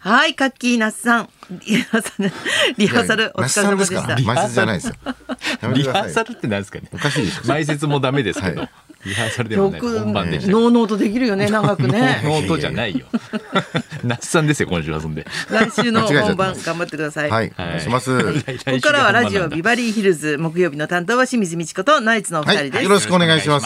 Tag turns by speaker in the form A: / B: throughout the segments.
A: はい、カッキーナスさん。リハーサル、リハーサルお疲れ様でし
B: いや那須さ
A: た
B: んす。から埋設じゃないですよ。やめて
C: リ
B: くだ
C: ハ
B: さ
C: ー
B: い
C: サルってなんですかね。
B: おかしいでしょ
C: 前説もダメですけど、
B: はい
C: リハーサルでは
A: よ
C: ない
A: く、
C: 本
A: ノ
C: 番でしたけど。
A: ーノートできるよね、長く ね。
C: ノートじゃないよ。那須さんですよ今週はそんで。
A: 来週の
B: 間違
A: 本
B: えちゃってま
A: 番
B: す
A: 頑張ってください。
B: はい、お
C: はい
B: 願いします。は
A: ここからはラジオビバリーヒルズ木曜日の担当は清水美智子とナイツのお二人
B: い、
A: で
B: よ
A: す。
B: ろしくお願いしま
C: お
B: す。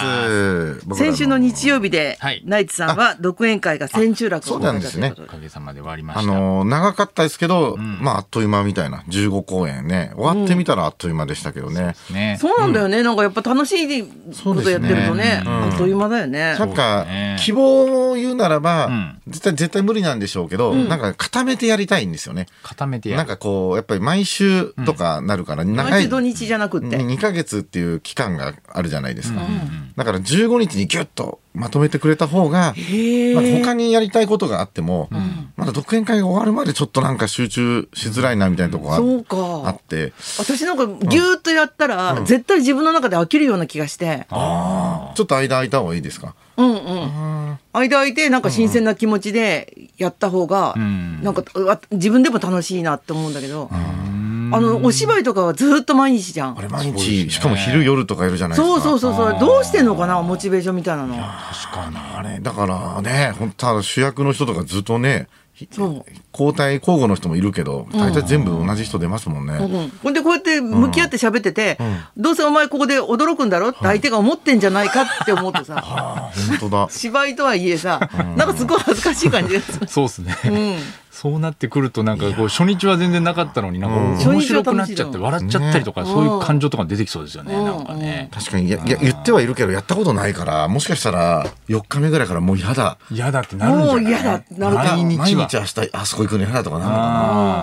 B: 僕ら
A: 先週の日曜日で
C: はい
A: ナイツさんは独演会が千秋楽を迎えた
B: あ
A: と
B: そ
A: いう
B: な
A: うんこ
B: です
A: と
C: お
A: で。
C: かげさまで終わりま
B: あ
C: した。
B: のー長かったですけど、まああっという間みたいな15公演ね終わってみたらあっという間でしたけどね、
C: ね。
A: そうなんだよね。なんかやっぱ楽しいことやってると
B: そう
A: ね
B: ですね、
A: あっという間だよね。
B: なんか、
C: ね
B: 希望を言うならば、
C: ん
B: 絶対絶対無理なんでしょうけど、なんか固めてやりたいんですよね
C: 固めてや
B: なんかこうやっぱり毎週とかなるから長
A: 毎
B: い、
A: 週土日じゃなくって。
B: 2ヶ月っていう期間があるじゃないですか、だから15日にギュッとまとめてくれた方が、
A: へ
B: なんか
A: え。
B: 他にやりたいことがあっても、まだ独演会が終わるまでちょっとなんか集中しづらいなみたいなとこがあ
A: そう
B: あ
A: か
B: っ。て
A: 私なんかぎゅーっとやったら、絶対自分の中で飽きるような気がして。
B: ちょっと間空いた方がいいですか
A: うんうん。間空いて、なんか新鮮な気持ちでやった方が、
C: ん
A: なんかうわ自分でも楽しいなって思うんだけど、あの、お芝居とかはずっと毎日じゃ
B: あ
A: ん。
B: れ毎日、しかも昼夜とかやるじゃないですか
A: そうそうそう、それどうしてんのかな、モチベーションみたいなの。
B: 確かにあれだからね本当は主役の人とかずっとねひ
A: そう
B: 交代交互の人もいるけど大体全部同じ人出ますもんね、
A: うん、ほんでこうやって向き合って喋ってて、どうせお前ここで驚くんだろって相手が思ってんじゃないかって思うとさ、
B: あ本当だ
A: 芝居とはいえさ、なんかすごい恥ずかしい感じがする。
C: そうですね、
A: ん
C: そうなってくるとなんかこう初日は全然なかったのになんかこう面白くなっちゃって笑っちゃったりとかそういう感情とか出てきそうですよね、なんかね、
B: 確かにいやいや言ってはいるけどやったことないからもしかしたら4日目ぐらいからもう嫌だ
C: 嫌だってなるんじゃない
A: もう嫌だってなるか
C: 毎日は
B: 毎日明日あそこ行くの嫌だとかなるのかな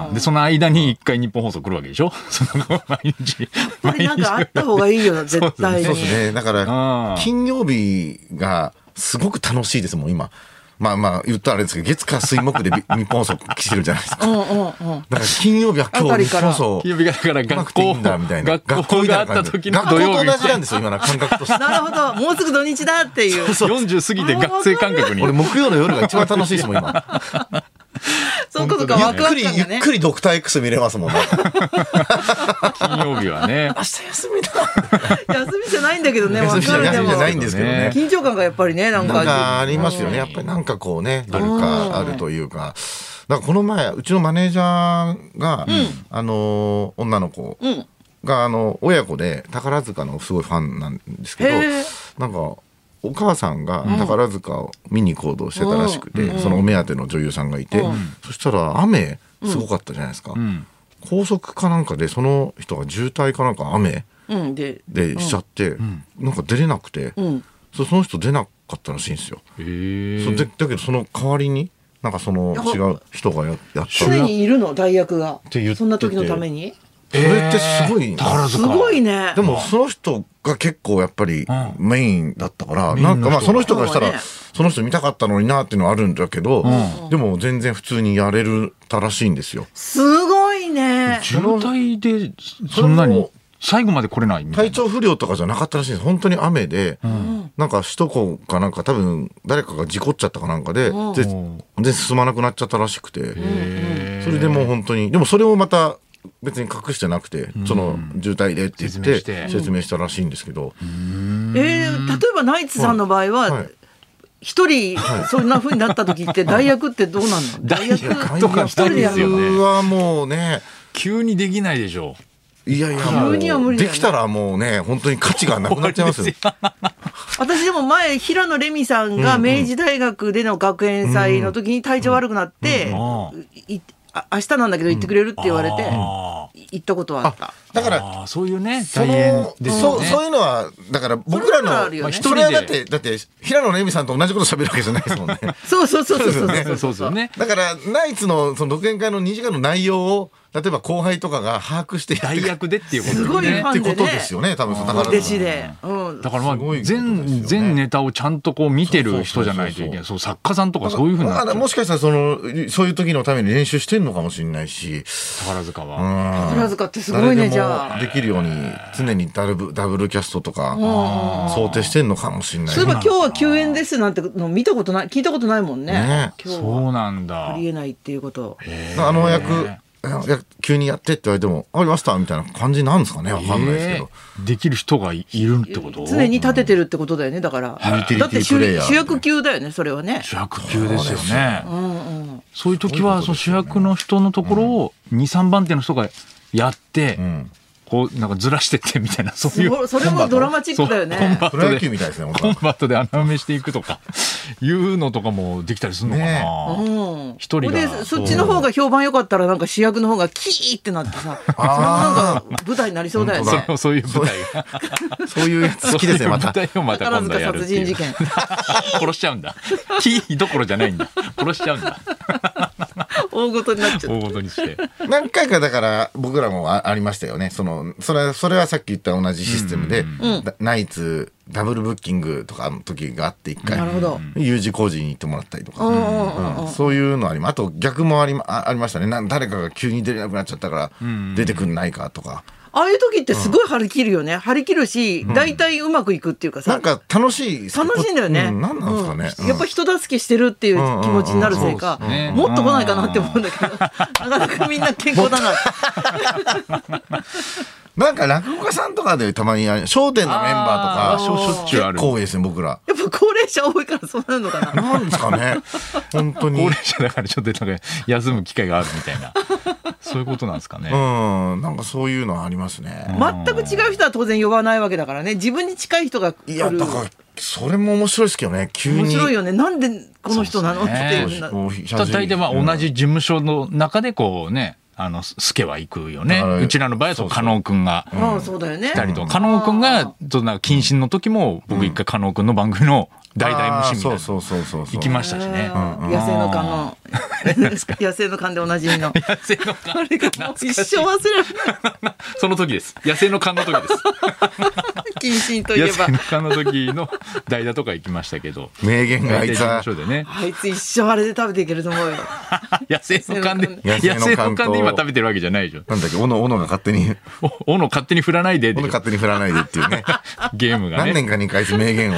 C: あーでその間に一回日本放送来るわけでしょ その毎日
A: これ
C: 毎
A: なん
C: 日
A: かあった方がいいよな、絶対
B: そう
A: に。
B: ですね。だか
C: うん
B: ら、金曜日がすごく楽しいですもん、今。まあまあ、言ったらあれですけど、月火水木でび 日本放送来てるじゃないです
A: う
B: か。だ
A: んうんうん。
B: から金曜日は
A: あ
B: 今
A: たり
B: 日
A: か
B: 日
A: ら
B: 本放送
C: 金曜日がだから
B: 来な
C: 学
B: くてい
C: 校
B: いんだみたいな。
C: 学校があった
B: 学校
C: 時
B: みたい
C: の
B: な感じ学校
C: 土曜日
B: と同じなんですよ、今の感覚として。
A: なるほど、もうすぐ土日だっていう。
C: 40過ぎて学生感覚に
B: 俺、木曜の夜が一番楽しいですもん、今。
A: そういうことか、
B: ゆ
A: ワ
B: っ
A: クワク
B: くり、
A: 感
B: ゆ
A: が
B: っ
A: ね。
B: くりドクター X 見れますもんね。
C: 金曜日はね
B: 明日休みだ。
A: 休みじゃないんだけどね、わ
B: 休みじ
A: か
B: ゃ
A: るでも。
B: ないんですけどね。
A: 緊張感がやっぱりね、なん
B: なん
A: か。
B: かありますよね。やっぱりなんかこうね、どれかあるというか。だからこの前、うちのマネージャーが、あの、女の子
A: うん。
B: が、あの、親子で宝塚のすごいファンなんですけど
A: へー、
B: なんか、お母さんが宝塚を見に行こうとしてたらしくて、そのお目当ての女優さんがいて、そしたら雨、すごかったじゃないですか。高速かなんかで、その人が渋滞かなんか雨
A: うん、で、
B: でしちゃって、なんか出れなくて、
A: ん
B: そその人出なかったらしいんですよ。
C: へー
B: そうでだけどその代わりになんかその
A: やば
B: 違う人がややった
A: 常にいるの、代役が
B: て言っ。てて
A: そんな時のために。
B: それってすごいな
C: 宝
A: す
C: 塚
A: ごいね
B: で。もその人が結構やっぱり
C: う
B: メインだったから、
C: メイン
B: な
C: の人
B: んかまあその人がした
A: そう
B: ら
A: ね
B: その人見たかったのになっていうのはあるんだけど、でも全然普通にやれるたらしいんですよ。
A: すごいね。
C: 渋滞でそんな
B: それ
C: に
B: も
C: 最後まで来れないみたい
B: 体
C: な
B: 調不良とかじゃなかったらしいんです本当に雨で、なんか首都高かなんか多分誰かが事故っちゃったかなんかで、で全然進まなくなっちゃったらしくて、それでもう本当にでもそれをまた別に隠してなくて、その渋滞でって言
C: 説明
B: っ
C: して
B: て説明したらしいんですけど、
A: えー例えばナイツさんの場合は
B: はい、
A: 一人そんな風になった時って代役ってどうなんの 代役
C: 大とか一人ですよ
B: う
C: ね
B: わもうね
C: 急にできないでしょ
B: いやいや
A: 急には
B: も
A: 無
B: う
A: 理だ
B: で
A: よね
B: きたらもうね本当に価値がなくなっちゃいます よ。
A: 私でも前平野レミさんが明治大学での学園祭の時に体調悪くなって、
C: うん
A: いあ明日なんだけど行ってくれるって言われて、
C: あ
A: い行ったことはあった。
B: だから
C: あーそういうね
B: そ
C: 大変
B: の
C: です
B: そ
C: よ
B: う
C: ね
B: そういうのはだから僕ら
A: それはあ
B: の
A: るよね
B: それはだってだって平野レミさんと同じこと喋るわけじゃないですもん ね。
A: そうそうそうそうそう
B: そう
A: そ
B: ですよ
A: うそ
B: ね
A: う
C: そうですよね
B: だからナイツのその独演会の2時間の内容を例えば後輩とかが把握してやってく
C: 代
B: れ
C: 役でっていうこと
A: すごいフ
C: ね。
B: っ
A: ァ
B: て
A: ンで
B: こ
A: ね
B: とですよね、多分その宝
A: 弟
B: 塚
A: 子で、うん、
C: だからま
B: す
C: あ
B: ごいことですよね
C: 全全ネタをちゃんとこう見てる人じゃないといけない。
B: そ
C: そう作家さんとかそういうふうにな
B: ま
C: って
B: あ
C: る
B: もしかしたらその、そういう時のために練習してんのかもしれないし、
C: 宝塚
B: う
C: は。
B: ん
A: 宝塚ってすごいねじゃあ
B: できるように常にダブダブルキャストとか想定してんのかもしれない
A: そういえば今日は休園ですなんての見たことない聞いたことないもんね
B: ね
A: 今日は
C: そうなんだ
A: あ。りえないっていうこと
B: あの役あ役急にやってって言われても「ありました」みたいな感じなんですかねわかんないですけど、
C: えーできる人がいるってこと
A: 常に立ててるってことだよねだから
B: ユーティ
A: だ
B: リ
A: っ
B: テ
A: て
B: ィプレイ
A: 主
B: ヤー
A: 主役級だよねそれはね
C: 主役級ですよね。
A: うんうん
C: そういう時は、その主役の人のところを2、3番手の人がやって、
B: うん、
C: こう、なんかずらしてってみたいな、そうい
A: す
C: う。
A: ごいそれもドラマチックだよ
C: そうコン
A: ね
C: バ
B: プ
C: ッ
B: ロ
C: ト
B: 野球
C: で、
B: みたいですね
C: コン
B: 本
C: バットで穴埋めしていくとか、いうのとかもできたりするのか
B: ね
C: な。
A: うん
C: 一人が
A: でそっちの方が評判良かったらなんか主役の方がキーってなってさそのなんか舞台になりそうだよ
C: そ
A: ね
C: れをそういう舞台が。
B: 当そういうやつ好きですねま た
C: そういう舞台をまた
A: 宝
C: 今度
A: 塚
C: やる
A: 殺
C: って
A: 人
C: いう
A: 事件
C: 殺しちゃうんだ。キーどころじゃないんだ。殺しちゃうんだ。
A: 大事になっちゃっ
C: 大事にして。
B: 何回かだから僕らもあありましたよねそのそれそれはさっき言った同じシステムで、だナイツダブルブッキングとかの時があって一
A: た
B: 回
A: なるほど
B: U 字工事に行ってもらったりとか、
A: うんうんうん
B: うんそういうのありますあと逆もありまあありましたねなん誰かが急に出れなくなっちゃったから出てくんないかとか、
A: ああいう時ってすごい張り切るよね張り切るし大体うまくいくっていうかさ
B: なんか楽しい
A: 楽しいんだよね。
B: う何なんですかね、
A: うんやっぱ人助けしてるっていう気持ちになるせいか、
C: うんうんうんうんそうですね
A: もっと来ないかなって思うんだけど、なかなかみんな健康だな。
B: なんか落語家さんとかでたまにあれ『笑点』のメンバ
C: あ
B: ー
C: ー
B: とか
C: しょしょっちゅうある
B: 結構多いですね僕ら
A: やっぱ高齢者多いからそうなるのかな。
B: なんですか ね本当に
C: 高
B: う
C: 齢者だからちょっとなんか休む機会があるみたいな。そういうことなんですかね。
B: んなんかそういうのはありますね、
A: 全く違う人は当然呼ばないわけだからね。自分に近い人が来
B: いや
A: る。
B: だからそれも面白いですけどね急に
A: 面白いよね。なんでこの人なの
C: そ
A: って
C: うですね
A: いうな。
B: こうひ
C: た大体まあ同じ事務所の中でこうね、あの、スケは行くよね
B: だから。
C: うちらの場合はそう、加納くんが。
A: まあそうだよね。
C: たりとか、加納くんが、そうなんか謹慎の時も、僕一回加納くんの番組の大々無視みたい
B: あー
C: な。
B: そうそうそうそう
C: 行きましたしね。
A: うん野生の勘の野生の勘でおなじみの
C: 野生の
A: あ
C: 勘
A: れがもう一生忘れられない
C: その時です。野生の勘の時です。
A: 謹慎といえ
C: 野
A: ば
C: 生の勘の時の代打とか行きましたけど。
B: 名言があいつは
C: 大体事務所でね。
A: あいつ一生あれで食べていけると思うよ。
C: 野生の勘で、
B: 野
C: 野
B: 生の勘
C: 生
B: と
C: の勘で今食べてるわけじゃないでしょ。
B: なんだっけ斧斧が勝手 に
C: お斧勝手に振らないでって
B: 斧
C: いう
B: 勝手に振らないでっていう ね
C: ゲームが
B: 何
C: ね。
B: 年かに一回名言を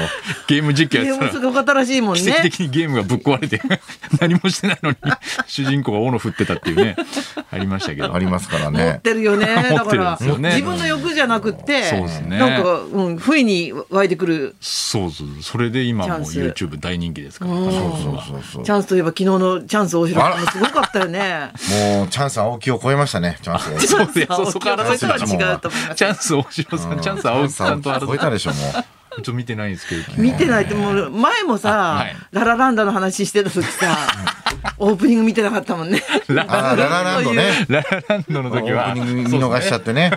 C: ゲーム実況
A: ゲ
C: やっ
A: ー
C: て
A: ム
C: た
A: す
C: ら。
A: ごかったらしいもんね。
C: 奇跡的にゲームがぶっ壊れて 何もしてないのに主人公が斧振ってたっていうねありましたけど
B: ありますから
A: 持っ
B: ね
A: てるよね。だか
C: 持
A: ら、
C: ってるんですよね
A: 自分の欲じゃなくって、
C: そうですね
A: なんか、うん、不意に湧いてくる
C: そうそうそれで今もう
A: チャンス
C: YouTube 大人気ですから
B: そうそうそうそう
A: チャンスといえば昨日のチャンス大城
B: あ
A: 君も
B: ら
A: すごかったよね。
B: もうチャンス青木を超えましたね、チャンス青木。チ
C: そうです
A: 青木
C: そこから
A: さんとは違うと思います
C: チ。ャンス大城さん、チャンス青木さんとあ
B: 超えた
C: れ
B: でしょ、もう。
C: ちょっと見てないんですけど、
A: 見てないってもう前もさ、
C: はい
A: ララランダの話してた時さ、オープニング見てなかったもん ね。
B: あーララランドね。
C: ララランドの
B: オ
C: 時は
B: ープニング見逃しちゃ ってね。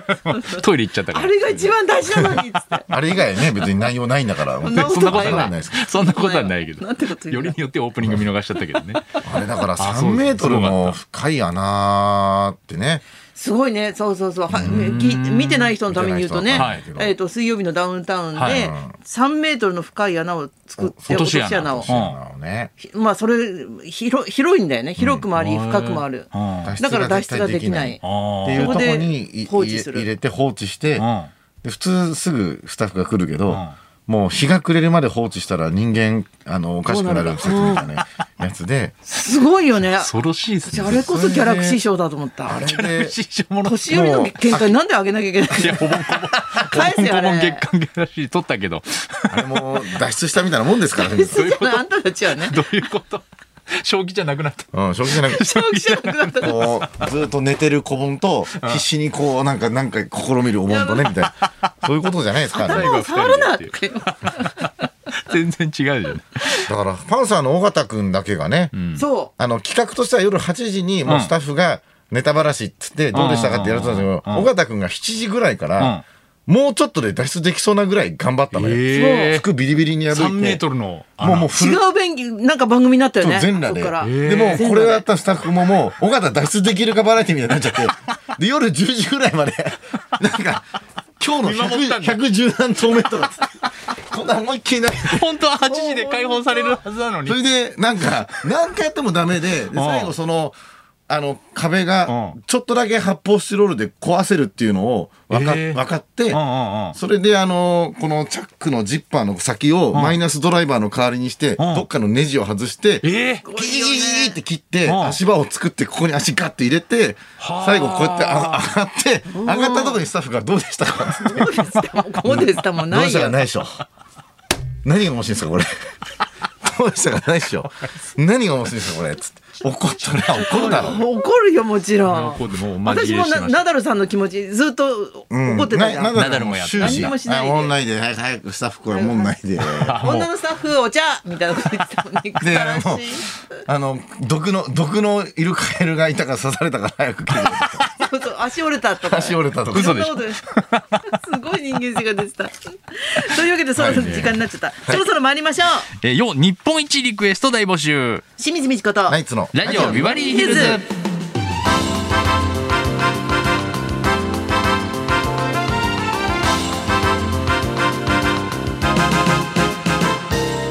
C: トイレ行っちゃったか
A: あ
C: ら。
A: れが一番大事なのにっつって。
B: あれ以外ね、別に内容ないんだから。
A: んなこと
C: そんなこ
A: ない
C: と
A: わ
C: はない。そんなことはないけど。
A: なんてこと言う
C: よ
A: んだ
C: りによってオープニング見逃しちゃったけどね。
B: あれだから
C: あそ
B: 3
C: う
B: メートル
C: そうだ
B: の
C: った
B: 深い穴ってね。
A: すごいね、そうそうそう、はき見てない人のために言うとね、
C: 見てない人
B: は
A: えっと水曜日のダウンタウン
C: は
A: で
C: い
A: 3メートルの深い穴を作って
C: 落とし穴
A: を
C: うん
B: 穴をね。
A: ひまあそれ広広いんだよね広くもあり深くもある、
C: うん
B: 脱
A: だから脱出
B: 絶
A: が
B: 対
A: できない
B: っ
C: あ
B: ていう
C: ー
B: とこにい
A: そこで放置する
B: 入れて放置して
C: うん、
B: で普通すぐスタッフが来るけど
C: ん、
B: もう日が暮れるまで放置したら人間、あの、おかしくなる説みたいなやつで、
A: すごいよね
C: 恐ろしいです
A: 私あ
C: ね。
A: れこそギャラクシー賞だと思った
B: あれで、
C: 年寄り
A: 年寄りの見解なんであげなきゃいけない
C: いや、ほぼほぼ、
A: 返せ
C: ほぼほぼ
A: あれ
C: 月間月らしい取ったけど、
B: あれも脱出したみたいなもん ですからね。
A: そうじゃないあんたたちはね
C: どういうこと将棋じゃなくなった。
B: うん、正気じゃなくて。
A: 消費 者なくなったから
B: こ う、ずっと寝てる子分と、必死にこう、なんか、なんか試みるお盆とね、みたいな。そういうことじゃないですか、ね。
A: 頭を触るなって
C: 全然違うじゃん。
B: だから、パンサーの尾形くんだけがね、
A: そ
B: あの、企画としては夜8時に、もうスタッフが、ネタばらしっつって、どうでしたかってやるとんですけど、
C: うんうん
B: 尾形くんが7時ぐらいから、もうちょっとで脱出できそうなぐらい頑張ったのよ。
C: え
B: 服ビリビリに破いて。
C: 3メートルの穴
B: もうもうフル
A: 違う勉強、なんか番組になったよね。
B: 全裸で。
A: そっから。
B: でも、これをやったスタッフももう、尾形脱出できるかバラエティみたいになっちゃ って、で、夜10時ぐらいまで、なんか、今日
C: 見
B: の
C: 守ったんだ
B: 110何透明とかっつって、こんな思いっきりない。
C: 本当は8時で解放されるはずなのに
B: それで、なんか、何回やってもダメで、で最後その、あの、壁が
C: うん、
B: ちょっとだけ発泡スチロールで壊せるっていうのを分か,、
C: えー
B: 分かって、
C: うんうんうん
B: それであのこのチャックのジッパーの先をマイナスドライバーの代わりにして、どっかのネジを外して、
C: ええ
B: ギギギギギって切って、
C: うん
B: 足場を作って、ここに足ガッて入れて、最後こうやってあ上がって、上がったとこにスタッフがどうでしたかって
A: どうでしたこうでしたもん
B: ど
A: な
B: うで
A: い
B: したか
A: よ。
B: ないでしょ。何が面白いんですか、これ。どうでしたかないでしょ。何が面白いんですか、これ。つって怒ったな、怒るだろ。
A: 怒るよ、もちろん。
C: こうでもうマジ
A: 私
C: で
A: も
C: して
A: な
C: ました
A: ナダルさんの気持ちずっと
B: うん
A: 怒ってたじゃん。
B: な
C: ナダルもやった
B: 終始
A: 何もしないで
B: あおんないで、早く早くスタッフこれもんな いで。
A: 女のスタッフお茶みたいなこと言ってたもんね。く
B: で
A: だ
B: あ
A: ら
B: の
A: しい。
B: あの毒の毒のいるカエルがいたから刺されたから早く切る
A: そうそう足折れたとか。
B: 足折れたとか
C: 嘘でしょ
A: そんなことないすごい人間性が出てた。というわけでそろそろ時間になっちゃった。そろそろ参りましょう。
C: えー、よ日本一リクエスト大募集
A: 清水美智子と。
B: ナイツの
C: ラジオビバリーヒルズ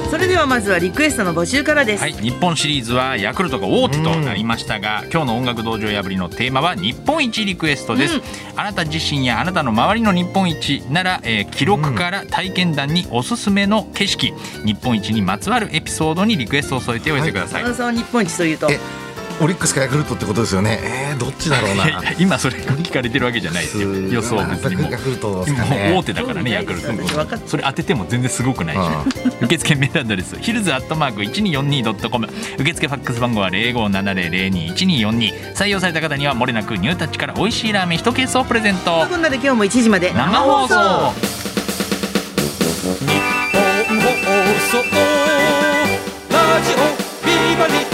A: それではまずはリクエストの募集からです。
C: はい日本シリーズはヤクルトが大手となりましたが今日の音楽道場破りのテーマは日本一リクエストです、
A: うん
C: あなた自身やあなたの周りの日本一なら、えー記録から体験談におすすめの景色日本一にまつわるエピソードにリクエストを添えておいてください、
A: 田中さんは日本一というと。
B: えオリックスかヤクルトってことですよねえー、どっちだろう
C: いや
B: ない
C: や 今それが聞かれてるわけじゃないですよ予想は別にもう
B: ヤクルトですかね
C: もう大手だからねヤクルト
A: そうですね分かった
C: それ当てても全然すごくないし、 受付メールアドレスヒルズアットマーク 1242.com 受付ファックス番号は0570021242採用された方にはもれなくニュータッチから美味しいラーメン1ケースをプレゼント
A: こんなで今日も1時まで
C: 生放送
D: 放送ラジオビバリー